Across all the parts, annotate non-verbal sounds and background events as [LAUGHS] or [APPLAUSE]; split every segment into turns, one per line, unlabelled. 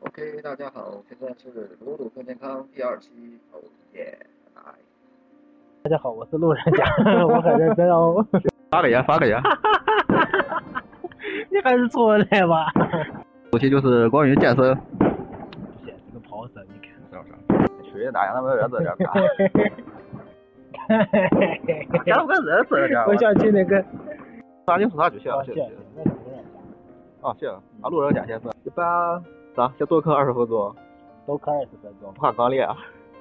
OK，大家好，现在是鲁鲁更健康第二期，哦耶，来，
大家好，我是路人甲， [LAUGHS] 我很认真哦。
发给呀，发 [LAUGHS] 给呀。
你还是错的吧？
首先就是关于健身，
显是个跑者，你看。
属于哪样的儿子这 [LAUGHS] 啥？
我
个儿子这
想去那个。
咱就是他就行
哦，
谢
谢
谢
谢
谢谢。
那是路人甲，
啊，谢谢。啊，路人甲先生，一般咱先做课二十分钟，
都可二十分钟
不，怕刚练。啊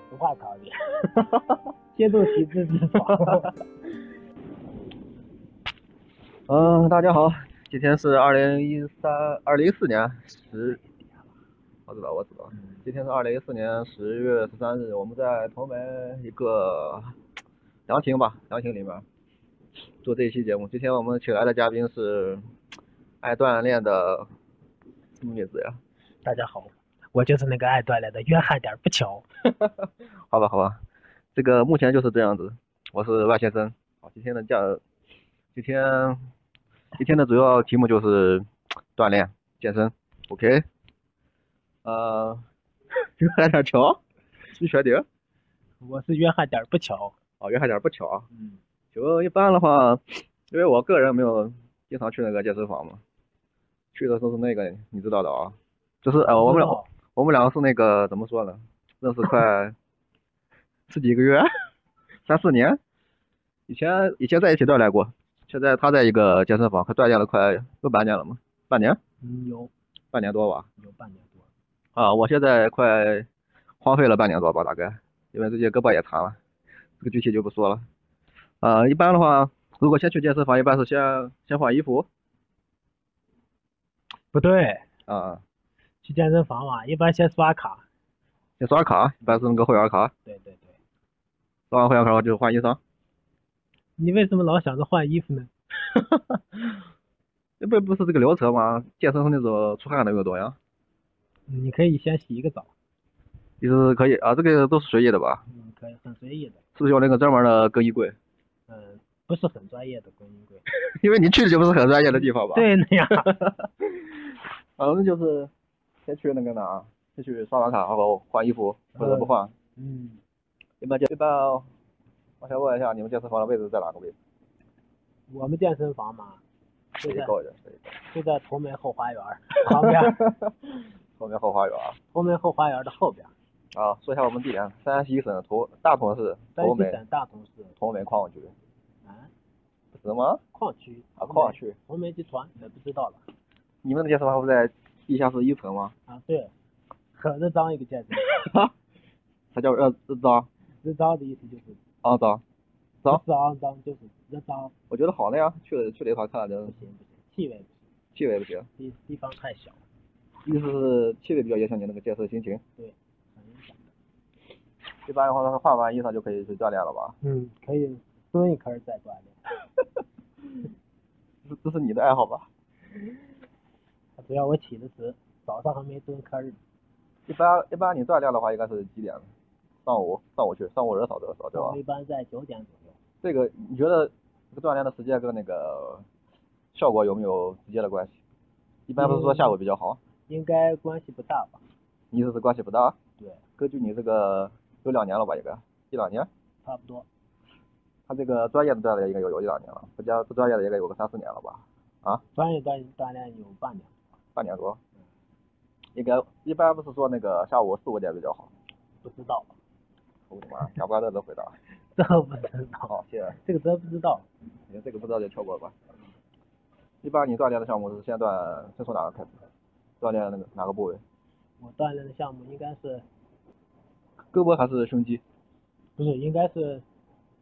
不怕考虑。接住体脂脂肪。
[LAUGHS] 嗯，大家好，今天是二零一三二零一四年十，我知道我知道，今天是二零一四年十月十三日，我们在同门一个凉亭吧，凉亭里面做这一期节目。今天我们请来的嘉宾是爱锻炼的什么女子呀？
大家好，我就是那个爱锻炼的约翰点儿不巧。
好吧，好吧，这个目前就是这样子。我是万先生。好，今天的教，今天今天的主要题目就是锻炼健身。OK，呃， [LAUGHS] 约翰点巧，你选点
我是约翰点儿不巧。
哦，约翰点不巧啊。
嗯。
就一般的话，因为我个人没有经常去那个健身房嘛，去的都是那个你知道的啊，就是呃我们
哦
俩我们两个是那个怎么说呢？认识快十几个月，三四年。以前以前在一起锻炼过，现在他在一个健身房，快锻炼了快有半年了嘛，半年
嗯，有
半年多吧。
有半年多。
啊，我现在快荒废了半年多吧，大概，因为最近胳膊也残了，这个具体就不说了。呃，一般的话，如果先去健身房，一般是先先换衣服
不对，
啊，
去健身房嘛，一般先刷卡。
先刷卡，一般是那个会员卡，
对对对。
刷完会员卡就换衣裳。
你为什么老想着换衣服呢？
那不不是这个流程吗？健身是那种出汗的运动呀，
你可以先洗一个澡，
意思是可以啊，这个都是随意的吧？
嗯，可以很随意的，
是不是有那个专门的更衣柜？ [LAUGHS]
嗯，不是很专业的更衣柜。
因为你去的就不是很专业的地方吧？，
对的呀，
反正就是先去那个哪儿，先去刷完卡，然后换衣服或者不换。
嗯，
一般健一般，哦我想问一下你们健身房的位置在哪个位置？
我们健身房嘛，就
谁
在
高一点？谁高？
就在同门后花园儿 [LAUGHS] 旁边儿，
[LAUGHS] 后面后花园啊。
同门后花园的后边儿，
啊，说一下我们地点，山西省头大同市
山
头
西
美
省大同市
头美矿区，
啊
什么？
矿区
啊，矿区。
同门集团也不知道了
你们的健身房不在地下室一层吗？
啊，对， [LAUGHS] 很认脏一个健身房，
它叫热热脏，
认脏的意思就是
肮脏。脏
不是肮脏就是认脏，
我觉得好了呀，去了去了一趟看了，就
不行不行，气味不行，
气味不行，
地地方太小，
意思是气味比较影响你那个健身心情。
很影响。
一般的话，他换完衣裳就可以去锻炼了吧？
嗯，可以蹲一坑再锻炼。
这是这是你的爱好吧？
主要我起得迟，早上还没蹲坑儿呢。
一般一般你锻炼的话，应该是几点？上午上午去，上午人少多少啊对
我
吧
们？一般在九点左右。
这个你觉得这个锻炼的时间跟那个效果有没有直接的关系？一般不是说下午比较好，
应该关系不大吧？
你意思是关系不大？
对，
根据你这个有两年了吧，应该一两年，
差不多。
他这个专业的锻炼应该有有一两年了，不加不专业的应该有个三四年了吧，
专业锻锻炼有半年，
半年多。应该一般不是说那个下午四五点比较好。
不知道，
我的妈，哑巴乐的回答。
[LAUGHS] 这个不知道，
好，谢谢。
这个真不知道。
你这个不知道就跳过吧。一般你锻炼的项目是先锻，先从哪个开始？锻炼那个哪个部位？
我锻炼的项目应该是
胳膊还是胸肌？
不是应该是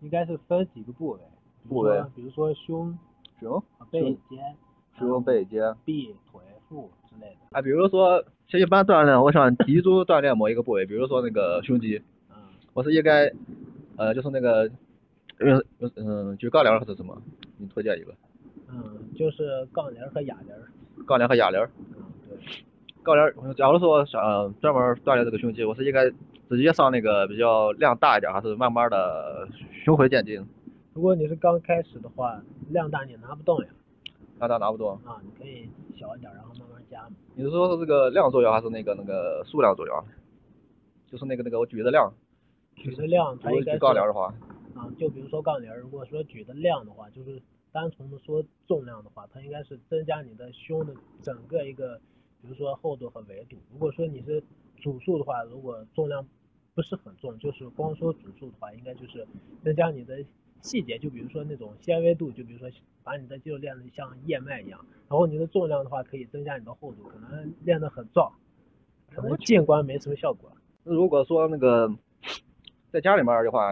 应该是分几个部位？比如
部位
说比如说胸、
胸、
啊背、肩、
胸、
嗯
背、肩。
臂、腿、腹之类的。
啊，比如说，其实一般锻炼，我想集中锻炼某一个部位，比如说那个胸肌，
嗯，
我是应该，呃，就是那个，嗯嗯，举杠铃还是什么？你推荐一个，
嗯，就是杠铃儿和哑铃儿。
杠铃和哑铃儿。
嗯，对，
杠铃儿，假如说我想、呃专门锻炼这个胸肌，我是应该直接上那个比较量大一点，还是慢慢的循回渐进？
如果你是刚开始的话，量大你也拿不动呀。
那他拿不动。
啊，你可以小一点，然后慢慢家嘛。
你是说是这个量作妖还是那个那个数量作妖？就是那个那个我举的量，
举的量，它
如果
应该
举
是
杠铃的话，
啊，就比如说杠铃儿，如果说举的量的话，就是单纯的说重量的话，它应该是增加你的胸的整个一个，比如说厚度和维度。如果说你是组数的话，如果重量不是很重，就是光说组数的话，应该就是增加你的细节，就比如说那种纤维度，就比如说把你的肌肉练得像叶脉一样，然后你的重量的话可以增加你的厚度，可能练得很壮，可能见光没什么效果。
那如果说那个在家里面儿的话，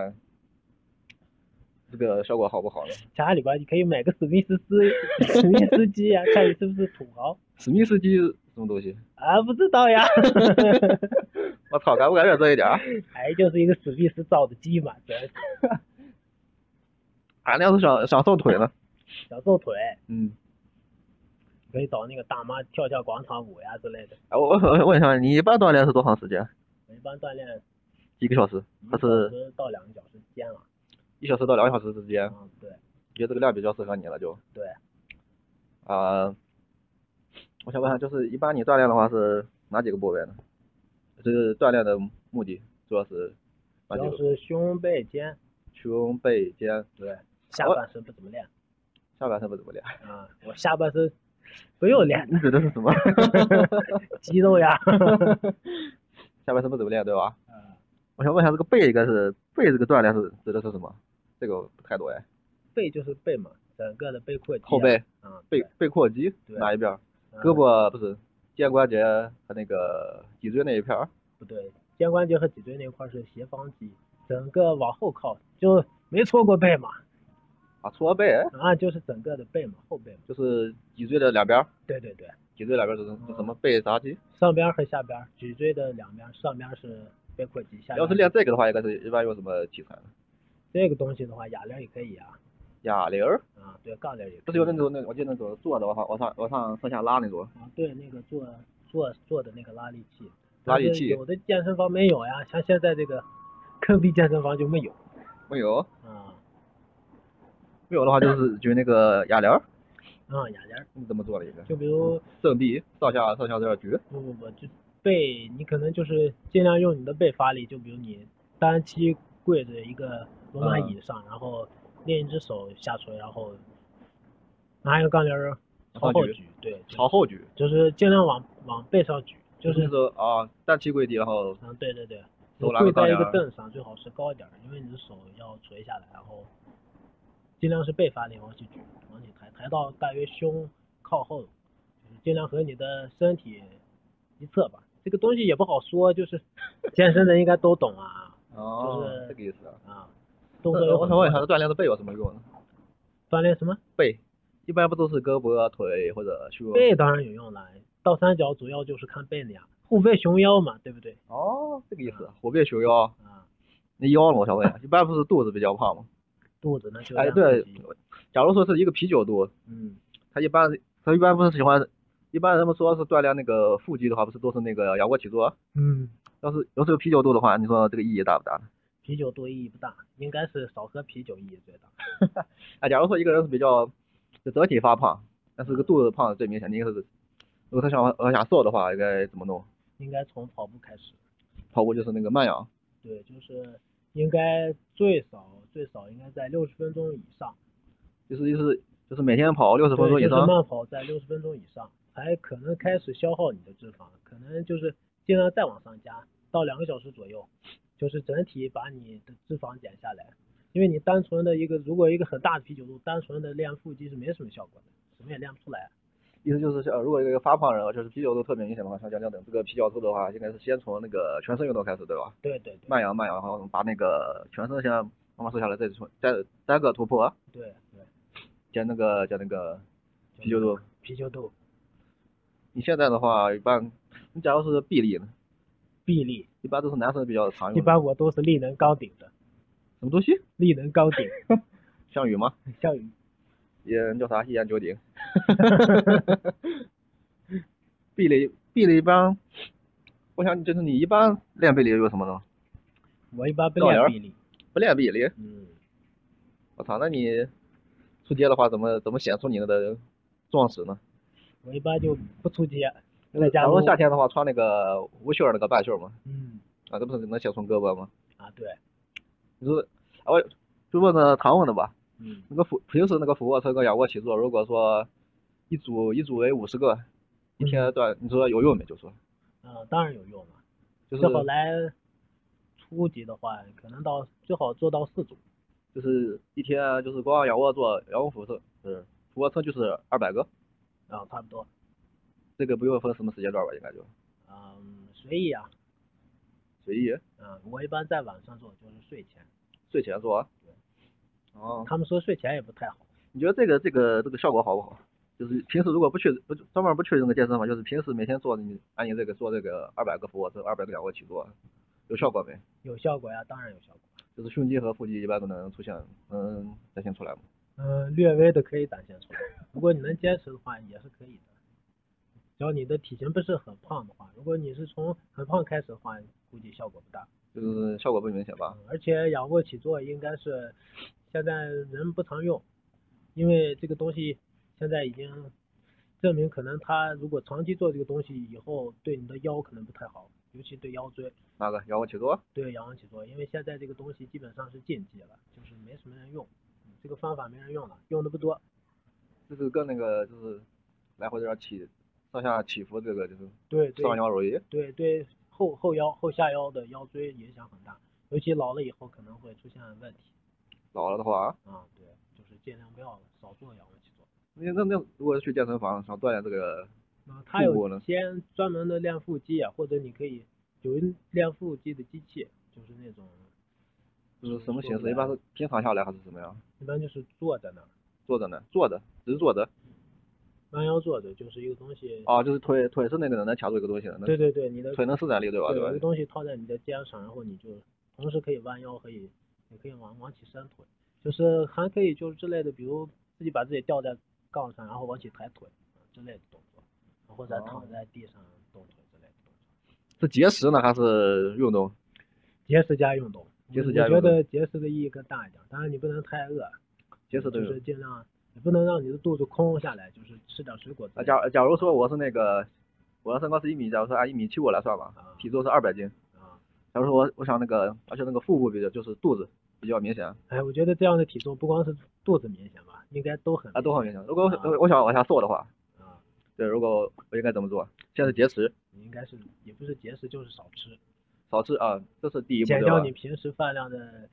这个效果好不好呢？
家里边你可以买个史密斯 [LAUGHS] 斯史密斯机呀、看你是不是土豪
史密斯机是什么东西？
啊？不知道
[LAUGHS]
呀，
我操，敢不敢惹这一点儿？啊
哎，就是一个史密斯造的机嘛，主要是
俺那要是想想瘦腿呢？
想瘦腿，
嗯，
可以找那个大妈跳跳广场舞呀之类的。
哎，我我问一下，你一般锻炼是多长时间？
我一般锻炼
几个小时？
一
还
个小
是
时到两个小时之间啊。
一小时到两个小时之间？
嗯，对，
觉得这个量比较适合你了就。
对。
啊、我想问一下，就是一般你锻炼的话是哪几个部位呢？就是锻炼的目的主要是哪
主
几
要
个？
是胸背肩，
胸、背、肩，对。
下
我
半身不怎么练
下半身不怎么练。
啊、我下半身不用练
你指的是什么？
肌肉呀。
下半身不怎么练，对吧？
啊，
我想问一下，这个背应该是背这个锻炼是指的是什么？这个我不太懂哎。
背就是背嘛，整个的背阔肌啊。
后背、
啊，
背
对
背阔肌
对
哪一边儿？
嗯
胳膊不是肩关节和那个脊椎那一片儿？
不对，肩关节和脊椎那块是斜方肌，整个往后靠，就没错过背嘛，
啊，搓背
啊，就是整个的背嘛，后背嘛。
就是脊椎的两边儿，
对对对，
脊椎两边儿是是什么背啥肌？
上边和下边，脊椎的两边，上边是背阔肌，下边
要是练这个的话，应该是一般用什么器材呢？
这个东西的话，哑铃也可以啊，
哑铃儿，
啊，对，杠铃也可以。
不是有那种那我记得那种坐的往上往上往上上下拉那种，
啊，对，那个做做做的那个拉力器，
拉力
但是
器
有的健身房没有呀，像现在这个坑逼健身房就没有
没有
啊，
没有的话就是举那个哑铃儿，
啊，哑铃，
你怎么做的一个
就比如。
正臂上下上下这样举，
不不不，就背你可能就是尽量用你的背发力，就比如你单膝跪着一个罗马
嗯
椅上，然后另一只手下垂，然后拿一个杠铃儿朝
朝
后
举
举，对，就
朝后举，
就是尽量往往背上举，就
就是
是
说啊单膝跪地，然后
嗯对对对，
手
你
拿个
跪
杠
在一
铃
个
儿
凳上最好是高一点儿，因为你的手要垂下来，然后尽量是背发力往起举，往起抬，抬到大约胸靠后，就是尽量和你的身体一侧吧。这个东西也不好说，就是 [LAUGHS] 健身人应该都懂啊
哦
就是
这个意思啊。
啊，动作
那
有
我
很
想问一下，
多
这锻炼的背有什么用呢？
锻炼什么
背一般不都是胳膊、啊腿或者胸？啊
背当然有用了，倒三角主要就是看背的呀，虎背熊腰嘛，对不对
哦，这个意思，虎背熊腰。
啊？
那腰呢？我想问一下，一般不是肚子比较胖吗？
肚子呢就
哎，
量
对
体积，
假如说是一个啤酒肚，
嗯，
他一般他一般不是喜欢，一般人们说是锻炼那个腹肌的话，不是都是那个仰卧起坐？啊
嗯。
要是要是有啤酒肚的话，你说这个意义大不大呢？
啤酒多意义不大，应该是少喝啤酒意义最大。
哎，假如说一个人是比较就整体发胖，但是个肚子胖是最明显的，应该是如果他想往下瘦的话，应该怎么弄？
应该从跑步开始，
跑步就是那个慢氧，
对，就是应该最少最少应该在六十分钟以上，
就是就是就是每天跑六十
对，
分钟以
就是
上。
慢跑在六十分钟以上，才可能开始消耗你的脂肪，可能就是尽量再往上加到两个小时左右，就是整体把你的脂肪减下来。因为你单纯的一个，如果一个很大的啤酒肚，单纯的练腹肌是没什么效果的，什么也练不出来。啊
意思就是像，呃，如果一个发胖人啊，就是啤酒肚特别明显的话，像讲讲等这个啤酒肚的话，应该是先从那个全身运动开始，对吧？
对对对，
慢摇慢摇，然后把那个全身先慢慢瘦下来，再从再单个突破，
对对，
加那个加那个
就
啤酒肚。
啤酒肚
你现在的话，一般你假如是臂力呢，
臂力，
一般都是男生比较常用的。
一般我都是力能高顶的，
什么东西？
力能高
[LAUGHS]
顶，
项羽吗？
项羽
也叫啥？一言九 [LAUGHS] 鼎。臂力臂力一般，我想就是你一般练臂力有什么呢？
我一般不
杠铃
练
儿
臂力，
不练臂力，
嗯，
我操，那你出街的话，怎么怎么显出你的壮实呢？
我一般就不出街，啊在
假
家
如
中
夏天的话，穿那个无袖儿那个半袖儿嘛，
嗯
啊，这不是能显松胳膊吗？
啊对，
你说，啊，我就问他唐问的吧，
嗯
那个俯平时那个俯卧撑跟仰卧起坐，如果说一组一组为五十个，一天段，你说有用没？就说
啊当然有用了，
就是
最好来初级的话，可能到最好做到四组，
就是一天啊就是光仰卧做仰卧俯卧撑，嗯，俯卧撑就是二百个，
啊差不多，
这个不用分什么时间段吧，应该就
嗯随意啊，
随意
嗯我一般在晚上做就是睡前，
睡前做啊。哦，
他们说睡前也不太好，
你觉得这个这个这个效果好不好？就是平时如果不去不专门不去那个健身房，就是平时每天做你按你这个做这个二百个俯卧撑，二百个仰卧起坐，有效果没？
有效果呀，当然有效果，
就是胸肌和腹肌一般都能出现，能展现出来吗？
嗯略微的可以展现出来，如果你能坚持的话也是可以的，只要你的体型不是很胖的话，如果你是从很胖开始的话，估计效果不大。
就是效果不明显吧？
而且仰卧起坐应该是现在人不常用，因为这个东西现在已经证明，可能他如果长期做这个东西，以后对你的腰可能不太好，尤其对腰椎，
那个仰卧起坐，
对仰卧起坐，因为现在这个东西基本上是禁忌了，就是没什么人用，嗯这个方法没人用了，用的不多。
就是跟那个就是来回这样起上下起伏，这个就是
对对
上腰容易。
对对，后后腰后下腰的腰椎影响很大，尤其老了以后可能会出现问题
老了的话，
啊、对，就是尽量不要了，少做仰卧起坐。
那那那如果是去健身房想锻炼这个，
啊，它
腹部
有
呢
先专门的练腹肌啊，或者你可以有一练腹肌的机器，就是那种
就是什么形
做不
式？一般
来
是平躺下来还是怎么样？
一般就是坐在那儿，
坐着呢？坐着，直坐着。
弯腰坐着，就是一个东西。
哦，就是腿腿是那个能卡住一个东西的，
对
能
对对，你的
腿能施展力对吧？
对
对
有个
吧？
东西套在你的肩上，然后你就同时可以弯腰，可以也可以往往起伸腿，就是还可以就是之类的，比如自己把自己吊在杠上，然后往起抬腿、啊之类的动作，或者
哦
躺在地上动腿之类的动作。
是节食呢还是运动？
节食加运动，
节
我
食加运
我觉
动
得节食的意义更大一点，当然你不能太饿，
节食
就
对
是。尽量，你不能让你的肚子空下来，就是吃点水果之
啊，
类的。
假假如说我是那个，我的身高是一米，假如说按一米七五来算吧
啊，
体重是二百斤。
啊，
假如说我我想那个，而且那个腹部比较就是肚子比较明显，
哎，我觉得这样的体重不光是肚子明显吧，应该都很
啊，都很
明
明显。如果我想
啊
我想往下瘦的话，
显啊。
对，如果我应该怎么做？先是节食，
你应该是也不是节食，就是少吃，
少吃啊，这是第一步
减
对
掉
吧？
你平时饭量的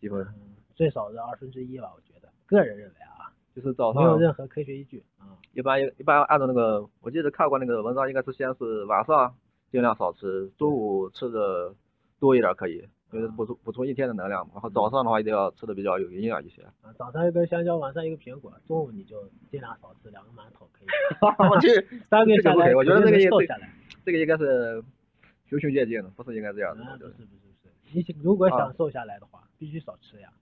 几分？
嗯最少的二分之一吧，我觉得。个人认为啊，
就是早
没有
上
任何科学依据啊。
一般一般按照那个，我记得看过那个文章，应该是先是晚上尽量少吃，中午吃的多一点可以，因为补充补充一天的能量嘛。然后早上的话一定要吃的比较有营养
[LAUGHS]
一些。
啊，早上一根香蕉，晚上一个苹果，中午你就尽量少吃两个馒头可以，
[LAUGHS] 我去，
三个
这
月
个
下
不可
来
以，我觉
肯
得这
定能
个也
瘦
对
下来。
这个应该是循序渐进的，不是应该这样的。
啊，
我觉
不
得
是不是不是，你想如果
啊
想瘦下来的话，必须少吃呀。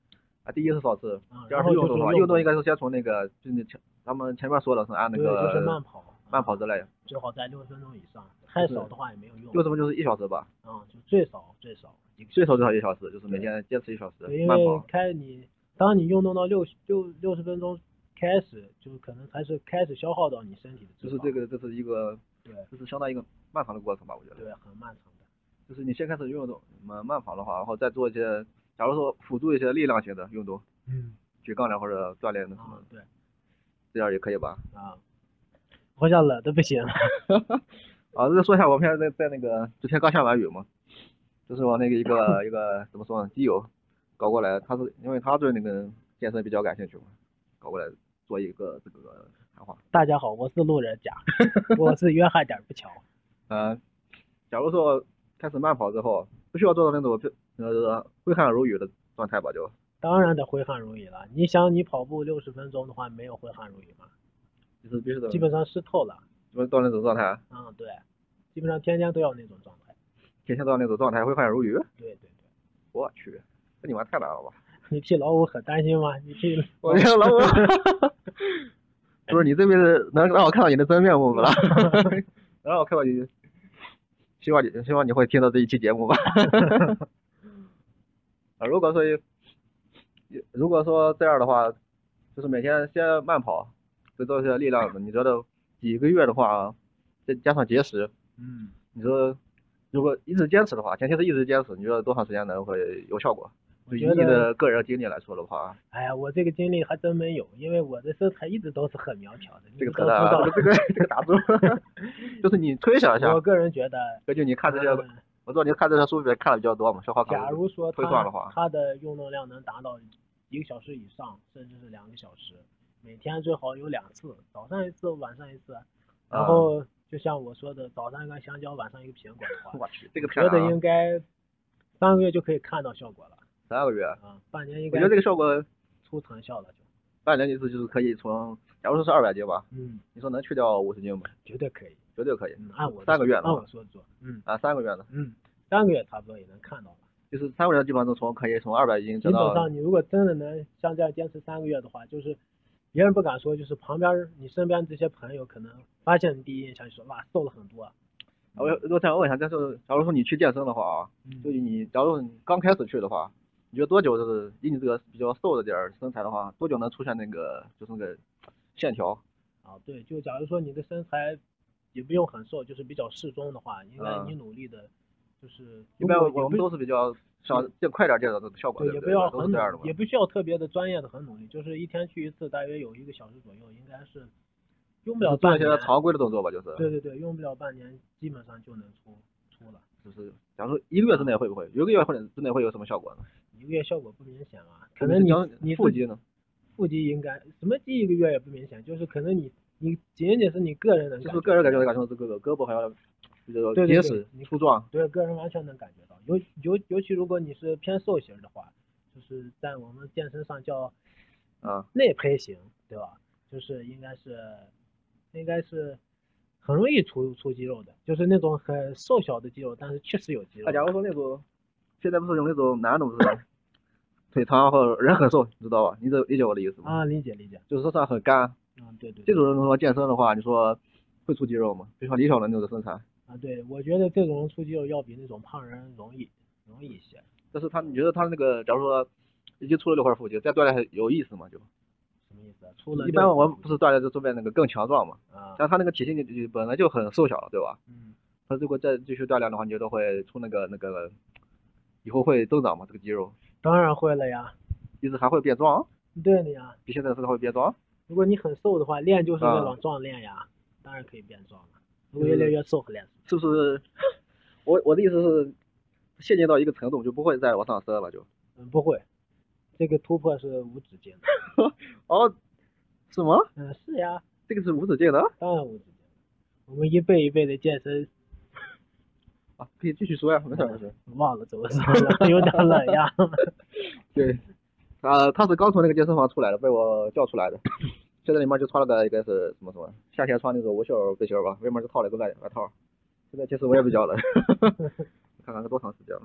啊，第一是少吃，
啊，
第
然
二
后
是
就
运
是
动的话，运动应该是先从那个就是那前咱们前面说了是按那
对，就是慢
个
跑，
慢
啊
跑之类的，
最好在六十分钟以上，太
是
少的话也没有用。
六十分就是一小时吧，
啊，就最少最少一个
最
小
少最少一小时，就是每天坚持一小时
时，对，因
慢
为
跑。
开你当你运动到六六六十分钟开始，就可能还是开始消耗到你身体的
就
脂肪，
是这个，这是一个，
对
这是相当于一个漫长的过程吧，我觉得。
对，很漫长的。
就是你先开始运动，慢慢跑的话，然后再做一些，假如说辅助一些力量型的运动，
嗯，
举杠铃或者锻炼那什
啊
么，，
对
这样也可以吧？
啊，好像冷的不行了。 [LAUGHS]
啊，再说一下，我们现在在在那个昨天刚下完雨嘛，就是我那个一个一个怎么说呢，基友搞过来，他是因为他对那个健身比较感兴趣嘛，搞过来做一个这个谈话。
大家好，我是路人甲，我是约翰点儿不巧。
嗯、假如说开始慢跑之后，不需要做到那种呃挥汗如雨的状态吧，就
当然得挥汗如雨了。你想，你跑步六十分钟的话，没有挥汗如雨吗？
就是必须得
基本上湿透了。
就是到那种状态，
嗯，对，基本上天天都要那种状态。
体现到那种状态挥汗如雨。
对对对，
我去，这你妈太难了吧！
你替老五很担心吗？你替
我觉得老五， [LAUGHS] 不是你这辈子能让我看到你的真面目
[LAUGHS]
不啦？能让我看到你，希望你希望你会听到这一期节目吧。 [LAUGHS] 啊，如果说一如果说这样的话，就是每天先慢跑，再做一些力量的，你觉得几个月的话，再加上节食，
嗯，
你说如果一直坚持的话，前提是一直坚持，你觉得多长时间能会有效果？
我
就以
觉
你
得，
的个人经历来说的话，
哎呀，我这个经历还真没有，因为我的身材一直都是很苗条的，你
这个
们
扯
都知
淡
道
啊，这个这个打住， [LAUGHS] 就是你推想一下
我，个人觉得，
根据你看这些，
嗯
我知道你看这些书里面看的比较多嘛，消化卡
假
路里。
如说
推
它
算的话
它的用能量能达到一个小时以上，甚至是两个小时，每天最好有两次，早上一次，晚上一次。然
啊
后就像我说的，早上一个香蕉，晚上一个苹果的话，
[LAUGHS] 我去，这个片
觉
啊
得应该三个月就可以看到效果了
三个月，
啊，半年应
我
该
觉得这个效果
出成效了就，
半年的意思就是可以从，假如说是二百斤吧，
嗯，
你说能去掉五十斤吗？
绝对可以，
绝对可以。
嗯，按我的
三个月
按
呢
我说的做，嗯
啊，三个月呢，
嗯，三个月差不多也能看到了。
就是三个月基本上从可以从二百斤
基本
增到，
上你如果真的能像这样坚持三个月的话，就是别人不敢说，就是旁边儿你身边这些朋友可能发现你第一印象就说哇瘦了很多啊，
我我想问一下，就是假如说你去健身的话啊，就
嗯，
以你假如你刚开始去的话，你觉得多久就是以你这个比较瘦的点儿身材的话，多久能出现那个就是那个线条？
啊对，就假如说你的身材也不用很瘦，就是比较适中的话，应该
嗯
你努力的，就是
一般
如
我
果
我
也
们都
不
是比较想见快点见到这个效果，
对
对
也
不
不
对？
要
都
很
是这
努
样的嘛
也。不需要特别的专业的很努力，就是一天去一次，大约有一个小时左右，应该是用不了
做
半
一些
年，
常规的动作吧，就是
对对对，用不了半年基本上就能出出了。
就是，假如说一个月之内会不会？一个月或者之内会有什么效果呢？
一个月效果不明显啊，可能你
讲
你
腹
自
肌呢？
腹肌应该什么肌一个月也不明显，就是可能你你仅仅是你个人能
就
感
是
觉，
个人感觉感受这个胳膊好像比较
对对
结
对
实
你
粗壮，
对个人完全能感觉到，尤尤尤其如果你是偏瘦型的话，就是在我们健身上叫
啊，
内胚型，对吧？就是应该是应该是很容易出出肌肉的，就是那种很瘦小的肌肉，但是确实有肌肉
啊，。假如说那种，现在不是有那种男的不是，腿长或者人很瘦，你知道吧？你这理解我的意思吗？
啊，理解理解，
就是身上很干，
嗯，对对对
这种人如果健身的话，你说会出肌肉吗？就像李小龙那种身材，
啊，对我觉得这种人出肌肉要比那种胖人容易容易一些。
但是他你觉得他那个，假如说已经出了六块腹肌，再锻炼还有意思吗？就
什么意思啊？出了
一
六
般
个
我
腹
们
肌
不是锻炼就锻炼那个更强壮嘛？
啊，
但他那个体型就就本来就很瘦小了，对吧？
嗯，
他如果再继续锻炼的话，你觉得会出那个那个，以后会增长吗？这个肌肉，
当然会了呀，
意思还会变壮？
对的呀。
比现在的身材会变壮？
如果你很瘦的话，练就是
啊嗯
那种壮练呀，当然可以变壮了。如果越练越瘦和练瘦，
是不是？我我的意思是，陷进到一个程度就不会再往上升了，就。
嗯，不会，这个突破是无止境的。
哦，什么？
嗯，是呀，
这个是无止境的
当然无止境的。我们一辈一辈的健身，
啊？可以继续说呀，没事没事。
忘了怎么说了， [LAUGHS] 有点冷呀。
[LAUGHS] 对，啊，他是刚从那个健身房出来的，被我叫出来的。现在里面就穿了个应该是什么什么，夏天穿那种无袖背心儿吧，外面就套了个外外套。现在其实我也比较冷， [LAUGHS] 看看多长时间了，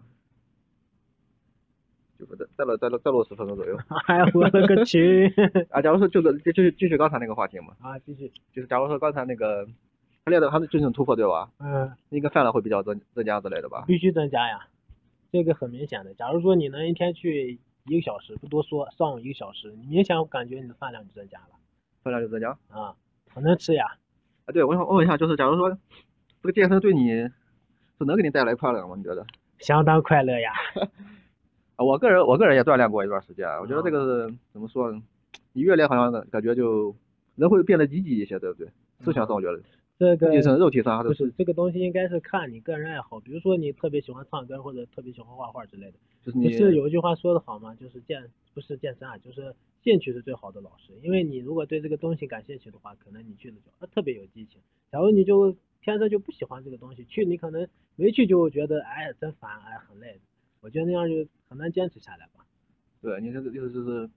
就不再再录再录再录十分钟左右。 [LAUGHS]
哎呀，我勒个去！ [LAUGHS]
啊，假如说就是就就继续刚才那个话题嘛，
啊，继续，
就是假如说刚才那个他练的他是就是突破对吧？
嗯，
应该饭量会比较增增加之类的吧？
必须增加呀，这个很明显的。假如说你能一天去一个小时，不多说，上午一个小时，你明显我感觉你的饭量就增加了。
饭量就增加啊？
啊，很能吃呀。
对，我想问一下，就是假如说这个健身对你是能给你带来快乐吗？你觉得？
相当快乐呀。
啊，我个人我个人也锻炼过一段时间，啊我觉得这
啊
个是怎么说呢？你越练好像感觉就人会变得积极一些，对不对？思想上我觉得，
这
不
个
仅是肉体上，还
嗯不
是
是这个东西，应该是看你个人爱好。比如说你特别喜欢唱歌，或者特别喜欢画画之类的。
就是
不
你
是有一句话说的好吗？就是健不是健身啊，就是兴趣是最好的老师。因为你如果对这个东西感兴趣的话，可能你去了就啊特别有激情。假如你就天生就不喜欢这个东西，去你可能没去就觉得哎呀真烦，哎很累。我觉得那样就很难坚持下来吧。
对你这个意思就是，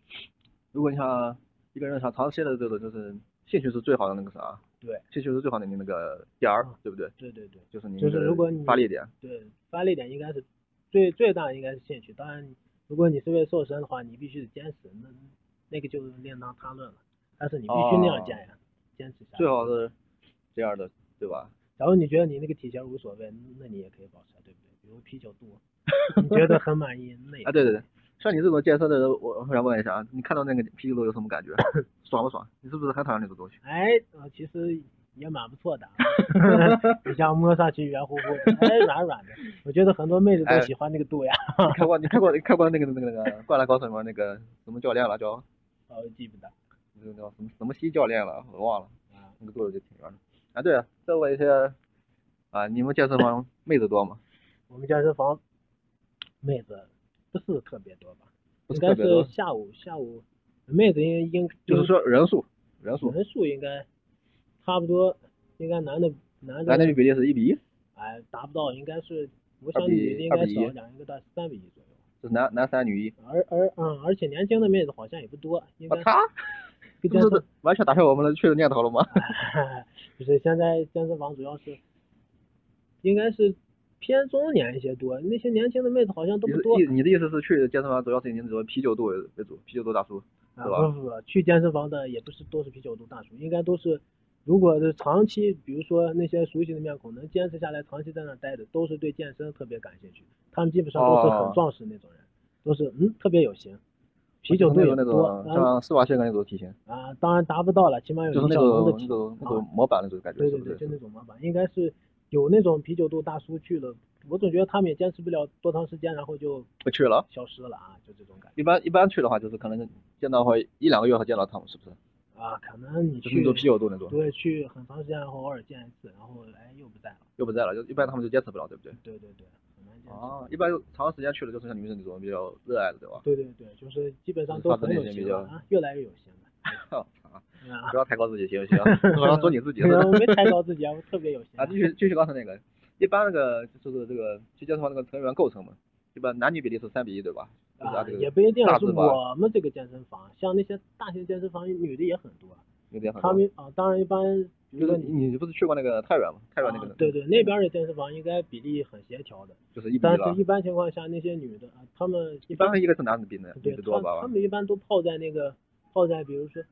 如果你想一个人想长期的这种就是兴趣是最好的那个啥，
对，
兴趣是最好的你那个点儿，对不对？
对对对。
就是你
就是
那个
如果你啊
发力点。
对，发力点应该是最最大应该是兴趣。当然，如果你是为了瘦身的话，你必须得坚持，那那个就另当他论了。但是你必须那样坚呀，坚持下
哦最
来。
好是这样的，对吧？
假如你觉得你那个体型无所谓，那你也可以保持，对不对？比如啤酒
[LAUGHS]
肚，你觉得很满意，那也
啊，对对对，像你这种健身的人，我我想问一
[LAUGHS]
下啊，你看到那个啤酒肚有什么感觉？爽不爽？你是不是很讨厌那种东西？
哎，呃，其实也蛮不
[LAUGHS]
错的啊。 [LAUGHS] 你像摸上去圆乎乎的，哎，软软的。我觉得很多妹子
哎
都喜欢那个度呀。 [LAUGHS]
你看过你看过你看过那个那个那个《灌篮高手》里面那个什么教练了叫，
哦，记不得。
那个叫什么什么西教练了，我忘了，
啊，
那个肚子就挺圆的。啊，对了，再问一下，啊，你们健身房妹子多吗？
我们健身房妹子不是特别多吧？
不
应
是
该
特别
是
多，
下午下午妹子应应
就是说人数人数，
人数应该差不多，应该男的男的
男女比例是一比一，
哎达不到，应该是我想
二比
女的应
二
该
比
少
一
点，应该到三比一左右。
就是男男三女一。
而而嗯，而且年轻的妹子好像也不多，应
我
该
操，
跟
这
健
不
身
是完全打消我们的去的念头了吗？
[LAUGHS] 就是现在健身房主要是应该是偏中年一些多，那些年轻的妹子好像都
你
不
是
多。
意你的意思是去健身房主要是以你那种啤酒肚为为主，啤酒肚大叔。
啊，
是吧
不不不，去健身房的也不是都是啤酒肚大叔，应该都是，如果是长期，比如说那些熟悉的面孔能坚持下来，长期在那儿待着，都是对健身特别感兴趣。他们基本上都是
哦
很壮实那种人，都是嗯特别有型，啤酒
就是
肚
那
也
种那
不多
种
啊
像施瓦辛格那种体型，
啊，当然达不到了，起码有
就是
一
那
小龙
种
的
那
体
种那
啊
种模板那种感觉，
对
是
对
不
对，
是？
就那种模板，应该是有那种啤酒肚大叔去了，我总觉得他们也坚持不了多长时间，然后就
不去了。
消失了啊，就这种感
一般一般去的话，就是可能见到会一两个月会见到他们，是不是？
觉啊，可能你
就
去
是那种啤酒肚那种，
对，去很长时间，然后偶尔见一次，然后哎又不在了。
又不在了，就一般他们就坚持不了，对不对？
对对对，很难见。
哦，一般长时间去了就是像你们这种比较热爱的，
[LAUGHS]
对吧？
对对对，就是基本上
就是
都
他们
很有
那些
型
比较
了啊，越来越有型
[LAUGHS]
了。
操
啊，
不要抬高自己，行不行？好像说你自己是
[LAUGHS]
吧
我没抬高自己啊，我特别有型
[LAUGHS] 啊，继续继续刚才那个，一般那个就是这个去健身房那个成员构成嘛，一般男女比例是三比一，对吧？就是
啊
这个
也不一定
大
是
字吧
我们这个健身房，像那些大型健身房女的也很多，
有点很
他
多。
们啊，当然一般，比
就
如
是
说你。
你不是去过那个太原吗？太原那个
啊，对对，那边的健身房应该比例很协调的，
就是一比
但
了
是。一般情况下，那些女的啊，她们
一
一般
般一个是男的比男
对
女的多
他
吧
他？们一般都泡在那个泡在，比如说，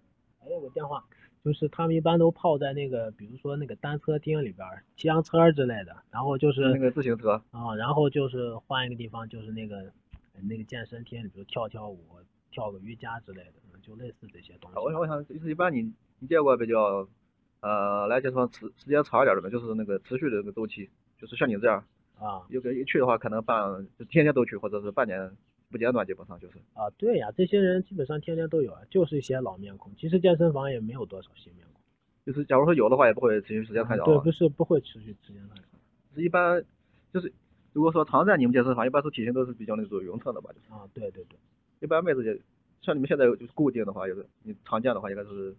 哎，我电话，就是他们一般都泡在那个，比如说那个单车厅里边儿，骑上车之类的，然后就是
嗯那个自行车，
啊，然后就是换一个地方，就是那个呃那个健身厅里，比如跳跳舞、跳个瑜伽之类的，嗯就类似这些东西吧。
我想我想就是一般你你见过比较呃来健身房时时间长一点的没？就是那个持续的那个周期，就是像你这样，
啊
有个一去的话可能半就天天都去，或者是半年不间断，基本上就是。
啊，对呀，这些人基本上天天都有啊，就是一些老面孔。其实健身房也没有多少新面孔，
就是假如说有的话，也不会持续时间太
嗯
长。
对，不是不会持续时间太长。
就是一般就是如果说常在你们健身房，一般是体型都是比较那种匀称的吧，就是
啊，对对对。
一般妹子也像你们现在有就是固定的话，有的你常见的话应该是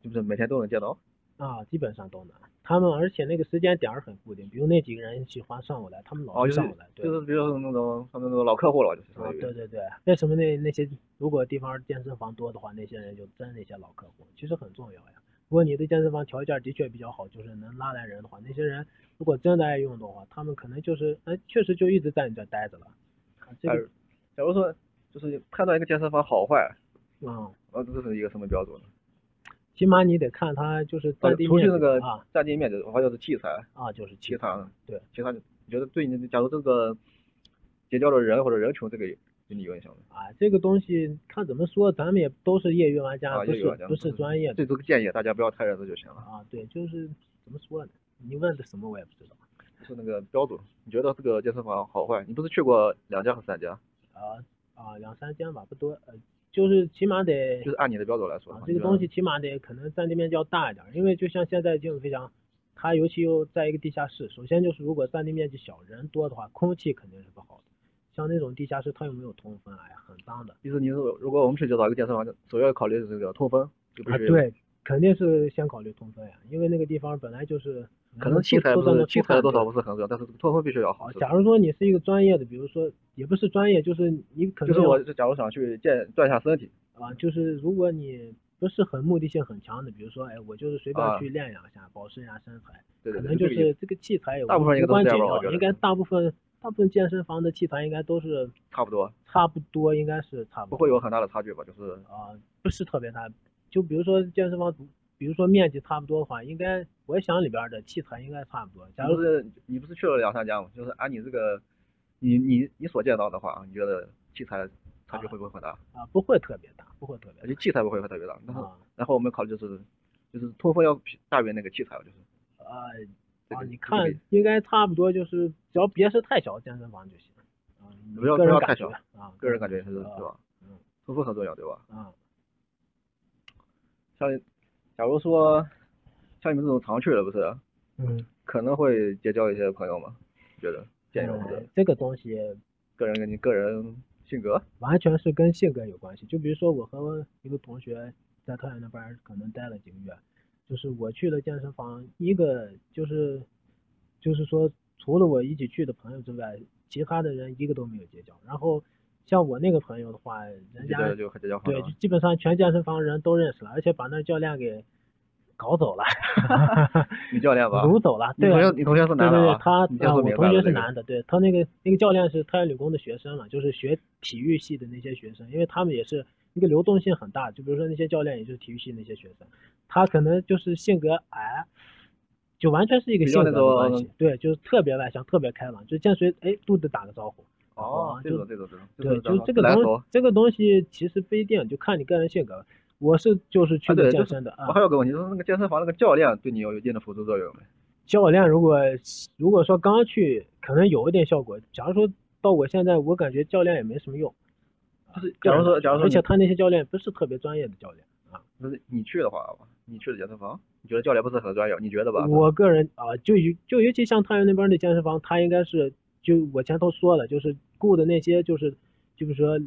就是每天都能见到。
啊，基本上都能。他们而且那个时间点儿很固定，比如那几个人喜欢上午来，他们老
哦，
是
就
上午
是
来，对。
就是比如说那种他们那种老客户了，就是相
啊
当，于
对对对，为什么那那些如果地方健身房多的话，那些人就争那些老客户，其实很重要呀。如果你的健身房条件的确比较好，就是能拉来人的话，那些人如果真的爱运动的话，他们可能就是，哎，确实就一直在你这儿待着了。啊这
哎
个，
假如说就是判断一个健身房好坏，
嗯，
呃，这是一个什么标准呢？
起码你得看他就是
呃
占地
除去
面
那
积
个
啊
占地面积，还有是器材，
啊，就是
其
其
他呢
对，
其他你你觉得对你假如这个结交的人或者人群这个对你有影响吗？
啊，这个东西看怎么说，咱们也都是业余玩家，嗯
啊，
不
也有啊
是不是专业的
对这个建议大家不要太认真就行了，
啊，对，就是怎么说呢？你问的什么我也不知道。
就是那个标准。你觉得这个健身房好坏？你不是去过两家和三家？
啊啊，两三间吧，不多，呃，就是起码得
就是按你的标准来说的
啊
话，，
这
你
个
觉得
东西起码得可能占地面积要大一点儿，因为就像现在竞技飞翔，它尤其又在一个地下室，首先就是如果占地面积小，人多的话，空气肯定是不好的。像那种地下室，它又没有通风，哎呀，很脏的。
意思你是如果我们去找一个健身房，首要考虑的是这个通风，就不
啊，
是，
对，肯定是先考虑通风呀，因为那个地方本来就是
可能器材
都
不
在那
是
出
器材
汗
多
对
少不是很重要，但是通风必须要好
啊。
是吧
假如说你是一个专业的，比如说也不是专业，就是你可能
就是
要
我假如想去健锻一下身体，
啊，就是如果你不是很目的性很强的，比如说，哎，我就是随
啊
便去练养一下，保持一下身材，
对对
可
对，
能就
这个意
是
思
这个器材也无
大部分应该
无
都
关
是这
紧
样吧我
要
觉
的，
得
应该大部分大部分健身房的器材应该都是
差不多，
差不多，应该是差
不
不多
会有很大的差距吧？就是
啊、不是特别大。就比如说健身房，比如说面积差不多的话，应该我想里边儿的器材应该差不多。假
你
如
不是你不是去了两三家吗？就是啊按你这个，你你你所见到的话，你觉得器材差距会不会很大？
啊、不会特别大，不会特
而
别
且器材不会特别大。然
大
后
啊
然后我们考虑就是，就是痛风要比大于那个七条，就是
啊、
这
啊，
个
你
这个
看
比
应该差不多，就是只要别是太小的健身房就行。啊，你
不要
个人
不要
感
太
觉
小
啊，
个人感觉就是
啊
对吧？
嗯
痛风很重要对吧？
啊，
像假如说像你们这种常去的不是，
嗯，
可能会结交一些朋友嘛？觉得建议我们
呃
的
这个东西
个人跟你个人性格，
完全是跟性格有关系。就比如说我和一个同学在太原那边儿可能待了几个月，就是我去了健身房，一个就是就是说除了我一起去的朋友之外，其他的人一个都没有结交。然后像我那个朋友的话，人
觉
家
得就很结交朋
对，
友
就。基本上全健身房人都认识了，而且把那教练给搞走了，
女教练吧，
掳走了。
你
对
同学
啊，
你同学是
对
男
对
的
对
啊，？
他
你先
啊，
说
我
明
同
白
学
了
是
这个
男的，对他那个那个教练是太原理工的学生嘛，就是学体育系的那些学生，因为他们也是一个流动性很大，就比如说那些教练也就是体育系那些学生，他可能就是性格矮。就完全是一个
比
性
较
格
那
的关
种
系，对，就是特别外向，特别开朗，就见谁哎都得打个招呼，
哦
啊，
这
就
种这种这种，
对，
是
就这个
来
东
头。
这个东西其实不一定，就看你个人性格。我是就是去
啊对
的
就
健
是
身的啊
我还，有个问题，就是那个健身房那个教练对你有一定的辅助作用没？
教练如果如果说刚去，可能有一点效果。假如说到我现在，我感觉教练也没什么用。
就是假如说，假如
而
说你
且他那些教练不是特别专业的教练啊。
不是你去的话，你去的健身房，你觉得教练不是很专业？你觉得吧？
我个人啊，就尤就尤其像太原那边的健身房，他应该是就我前头说的，就是雇的那些就是就是说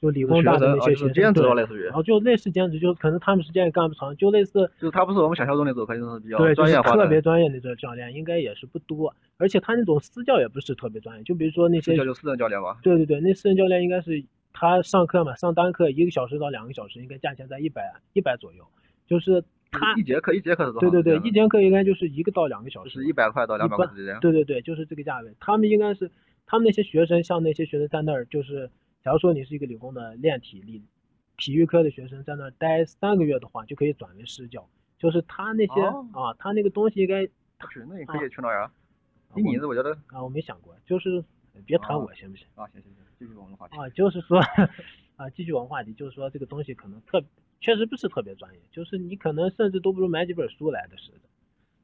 就理
就是
工
学
大的
生
那
啊，
些学
就是
生，
兼职
对啊
类似于
然，后就类似兼职，就可能他们时间也干不长，就类似
就是他不是我们想象中那种，肯定是比较
对，就
专
是
业化的，
特别专业的这种教练应该也是不多，而且他那种私教也不是特别专业，就比如说那些
这，就是私人教练吧？
对对对，那私人教练应该是他上课嘛，上单课一个小时到两个小时，应该价钱在一百一百左右，就是他
一，一节课一节课是多
对
少
对
时间呢？
对，一节课应该就是一个到两个小
就
时
是
嘛，
一百块到两百块
般
之间。
对对对，就是这个价位。他们应该是，他们那些学生，像那些学生在那儿，就是假如说你是一个理工的练体力、体育科的学生，在那儿待三个月的话，就可以转为私教。就是他那些、
哦
啊，他那个东西应该
不是，那你可以去那儿啊？
啊
以你的，我觉得
啊，我没想过，就是别谈我行不行？
啊，行行行，继续我们的话题。
啊，就是说 [LAUGHS] 啊，继续往话题，就是说这个东西可能特确实不是特别专业，就是你可能甚至都不如买几本书来的似的。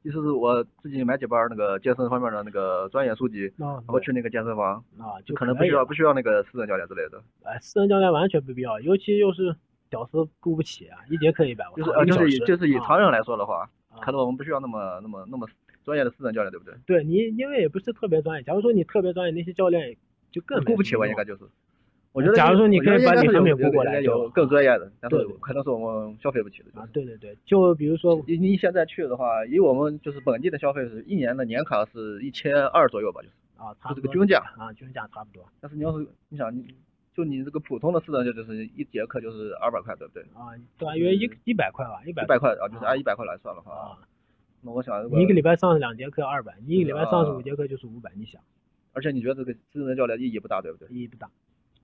意思是我自己买几本那个健身方面的那个专业书籍，
啊
然后去那个健身房，
啊，
就
就
可能不
以
需要
了
不需要那个私人教练之类的，
哎，私人教练完全不必要，尤其又是屌丝雇不起啊，一节课一百，
就是
操
呃
一个
就
小
是以
时
就是以
啊
常人来说的话，
啊
可能我们不需要那么那么那么专业的私人教练，对不对？
对你，因为也不是特别专业。假如说你特别专业，那些教练就更
呃雇不起我应该
感觉。
就是。我觉得
假如
应
说你
我觉得
可以把
应该
李
是
航
有
敏雇过来
有
就
有更专业的，但
对
是
对
可能是我们消费不起的。就
啊
是，
对对对，就比如说
你你现在去的话，以我们就是本地的消费是一年的年卡是一千二左右吧，就是。
啊，差
就
不
这个
多
均价
啊，均价差不多
但是你要是你想你就你这个普通的私人教就是一节课就是二百块，对不对？
啊，大约一
嗯
一百块吧，一百
一百块啊，就是
啊
按一百块来算的话，
啊，
那我想如果
你一个礼拜上两节课二百，你一个礼拜上
就是
五
啊
节课就是五百，你想
而且你觉得这个私人教练意义不大，对不对？
意义不大。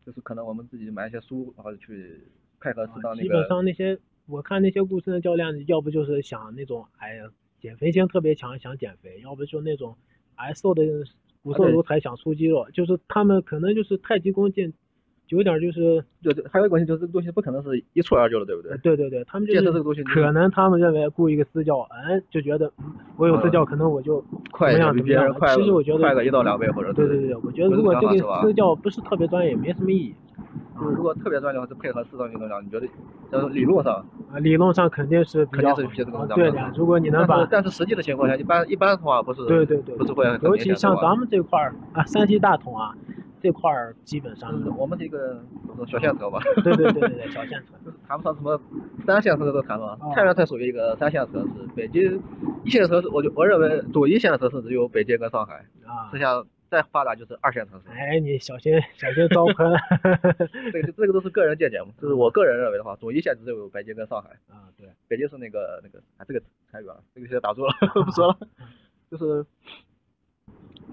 就是可能我们自己买一些书，然后去配合适
啊
呃当那
基本
个。
上那些我看那些顾身的教练，要不就是想那种哎呀减肥心特别强，想减肥；要不就那种哎瘦的骨
啊
瘦
对
如柴，想出肌肉。就是他们可能就是太急功近，有点就是
对对，还有一个问题就是这个东西不可能是一蹴而就的，对不
呃
对？
对对对，他们就
健身
是
这个东西就是
可能他们认为雇一个私教，哎就觉得嗯我
啊
有私教，可能我就
快
怎么
一
样
点比
怎么
别
样
人
了
快
其实我觉得
快个一到两倍或者
对对
啊对
对，对，我觉得
有
如
这
果
个
这个
想法是吧
私教不是特别专业，也没什么意义。嗯
就是如果特别专业的话，就配合适当运动量，你觉得就是理论上，
啊，理论上肯定是比
肯
较
定
好
是比这个
的，啊
咱
对
们
的
好
呀。如果你能
但
把
是但是实际的情况下，一般一般的话不是
对对对
不是会很
尤
明显
其
的
像
吧
咱们这块儿啊，山西大同啊，这块儿基本上
就，是我们这个这种小县城吧，
对对对对对，小县城
就是谈不上什么三线城市都谈不上
啊，
太原才属于一个三线城市，北京一线城市，我就我认为主一线的城市只有北京跟上海，
啊
剩，下再发达就是二线城市。
哎，你小心小心
[LAUGHS]
遭喷
这个这个都是个人见解嘛，就是我个人认为的话，主一线只有北京跟上海，
啊，对，
北京是那个那个啊，这个太远了，这个现在打住了， [LAUGHS] 不说了，就是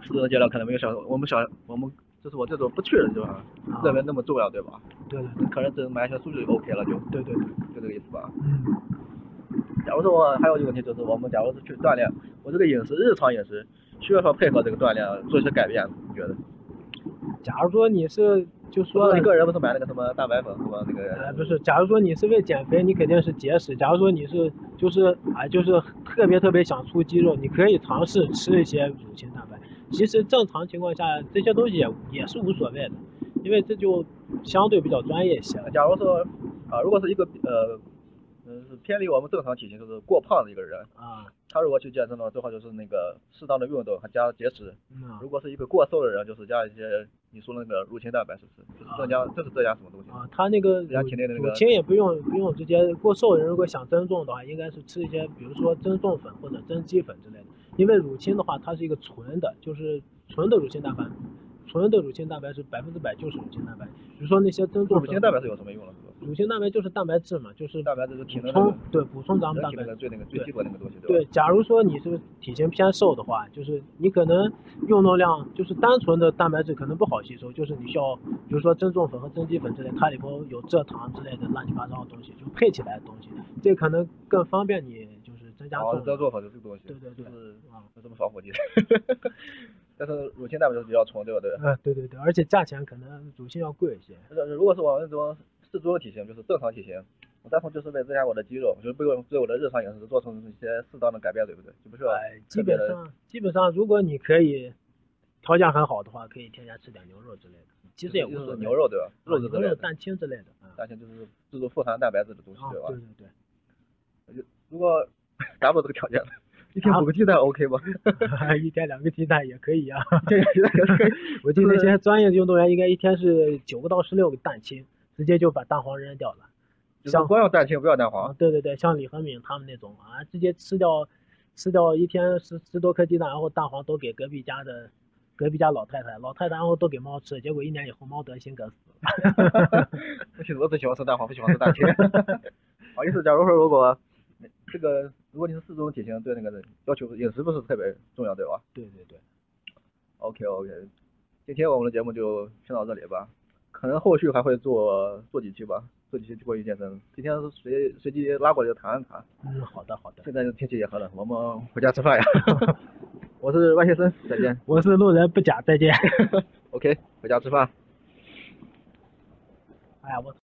私人教练可能没有想我们想我们就是我这种不去的地方
啊
认为那么重要，对吧？
对对
可能只能买一些数据 OK 了就，
对对对，
就这个意思吧。
嗯，
假如说我还有一个问题就是，我们假如是去锻炼，我这个饮食日常饮食需要说配合这个锻炼做一些改变，你觉得？
假如说你是就
不
说
是
了
一个人不是买那个什么蛋白粉什么那个，
呃，不是，假如说你是为减肥，你肯定是节食；假如说你是就是啊、就是特别特别想出肌肉，你可以尝试吃一些乳清蛋白。其实正常情况下，这些东西也也是无所谓的，因为这就相对比较专业一些了。
假如说啊，如果是一个呃，嗯，是偏离我们正常体型就是过胖的一个人，
啊，
他如果去健身的话，最好就是那个适当的运动，还加节食。
嗯啊
如果是一个过瘦的人，就是加一些你说的那个乳清蛋白是不是？就是增加，这是增加什么东西？
啊，他那个乳
人家体内的那个
乳清也不用不用直接过瘦的人，如果想增重的话，应该是吃一些比如说增重粉或者增肌粉之类的，因为乳清的话，它是一个纯的，就是纯的乳清蛋白，纯的乳清蛋白是百分之百就是乳清蛋白。比如说那些增重
乳
粉
清蛋白是有什么用呢？是不
乳清蛋白就是蛋白质嘛，就是
是蛋白质是体
补
内的那
充
个
对补充咱们
人
蛋
体
白
内的最那个最
对
基本的那个东西，吧？
对，假如说你是体型偏瘦的话，就是你可能用动量就是单纯的蛋白质可能不好吸收，就是你需要比如说增重粉和增肌粉之类，它里头有蔗糖之类的乱七八糟的东西，就配起来的东西，这可能更方便你就是增加
然
重
后这
量。
做法就是这个东西，
对对对
就是
啊，
就这么防火机。 [LAUGHS] 但是乳清蛋白就是比较纯，对吧？对吧。
呃，对对对，而且价钱可能乳清要贵一些。
但呃是如果是我那种适中的体型，就是正常体型，我单纯就是为增加我的肌肉，就是为我对我的日常饮食做出一些适当的改变，对不对？就不是吧
哎，基
特别
本
的
上基本上，如果你可以条件很好的话，可以天天吃点牛肉之类的，其实也无
就
所
是
谓。
牛肉对吧？
啊、
肉质之
牛
类
肉、
的，
蛋清之类的。啊，
但是就是这种富含蛋白质的东西，
啊
对吧
对？对对。
如果 [LAUGHS] 达不到这个条件，一天五个鸡蛋 OK 吗？
啊 [LAUGHS] 一天两个鸡蛋也可以啊。
一天两个鸡蛋 OK。
[LAUGHS] 我记得那些专业的运动员应该一天是九个到十六个蛋清，直接就把蛋黄扔掉了。
就是
像
光要蛋清，不要蛋
啊，
黄。
对对对，像李和敏他们那种啊，直接吃掉吃掉一天十十多颗鸡蛋，然后蛋黄都给隔壁家的隔壁家老太太，老太太然后都给猫吃，结果一年以后猫得心梗死了。
我其实我只喜欢吃蛋黄，不喜欢
[LAUGHS]
吃蛋清。好意思，假如说如果这个，如果你是适中体型，对那个要求饮食不是特别重要，对吧
对对对，
？OK OK，今天我们的节目就先到这里吧，可能后续还会做做几期吧，做几期关于健身。今天是随随机拉过来就谈一谈，
嗯，好的好的，
现在天气也很冷，我们回家吃饭呀。 [LAUGHS] 我是外先生，再见。
我是路人不假，再见。
OK，回家吃饭。
[LAUGHS] 哎呀，我操。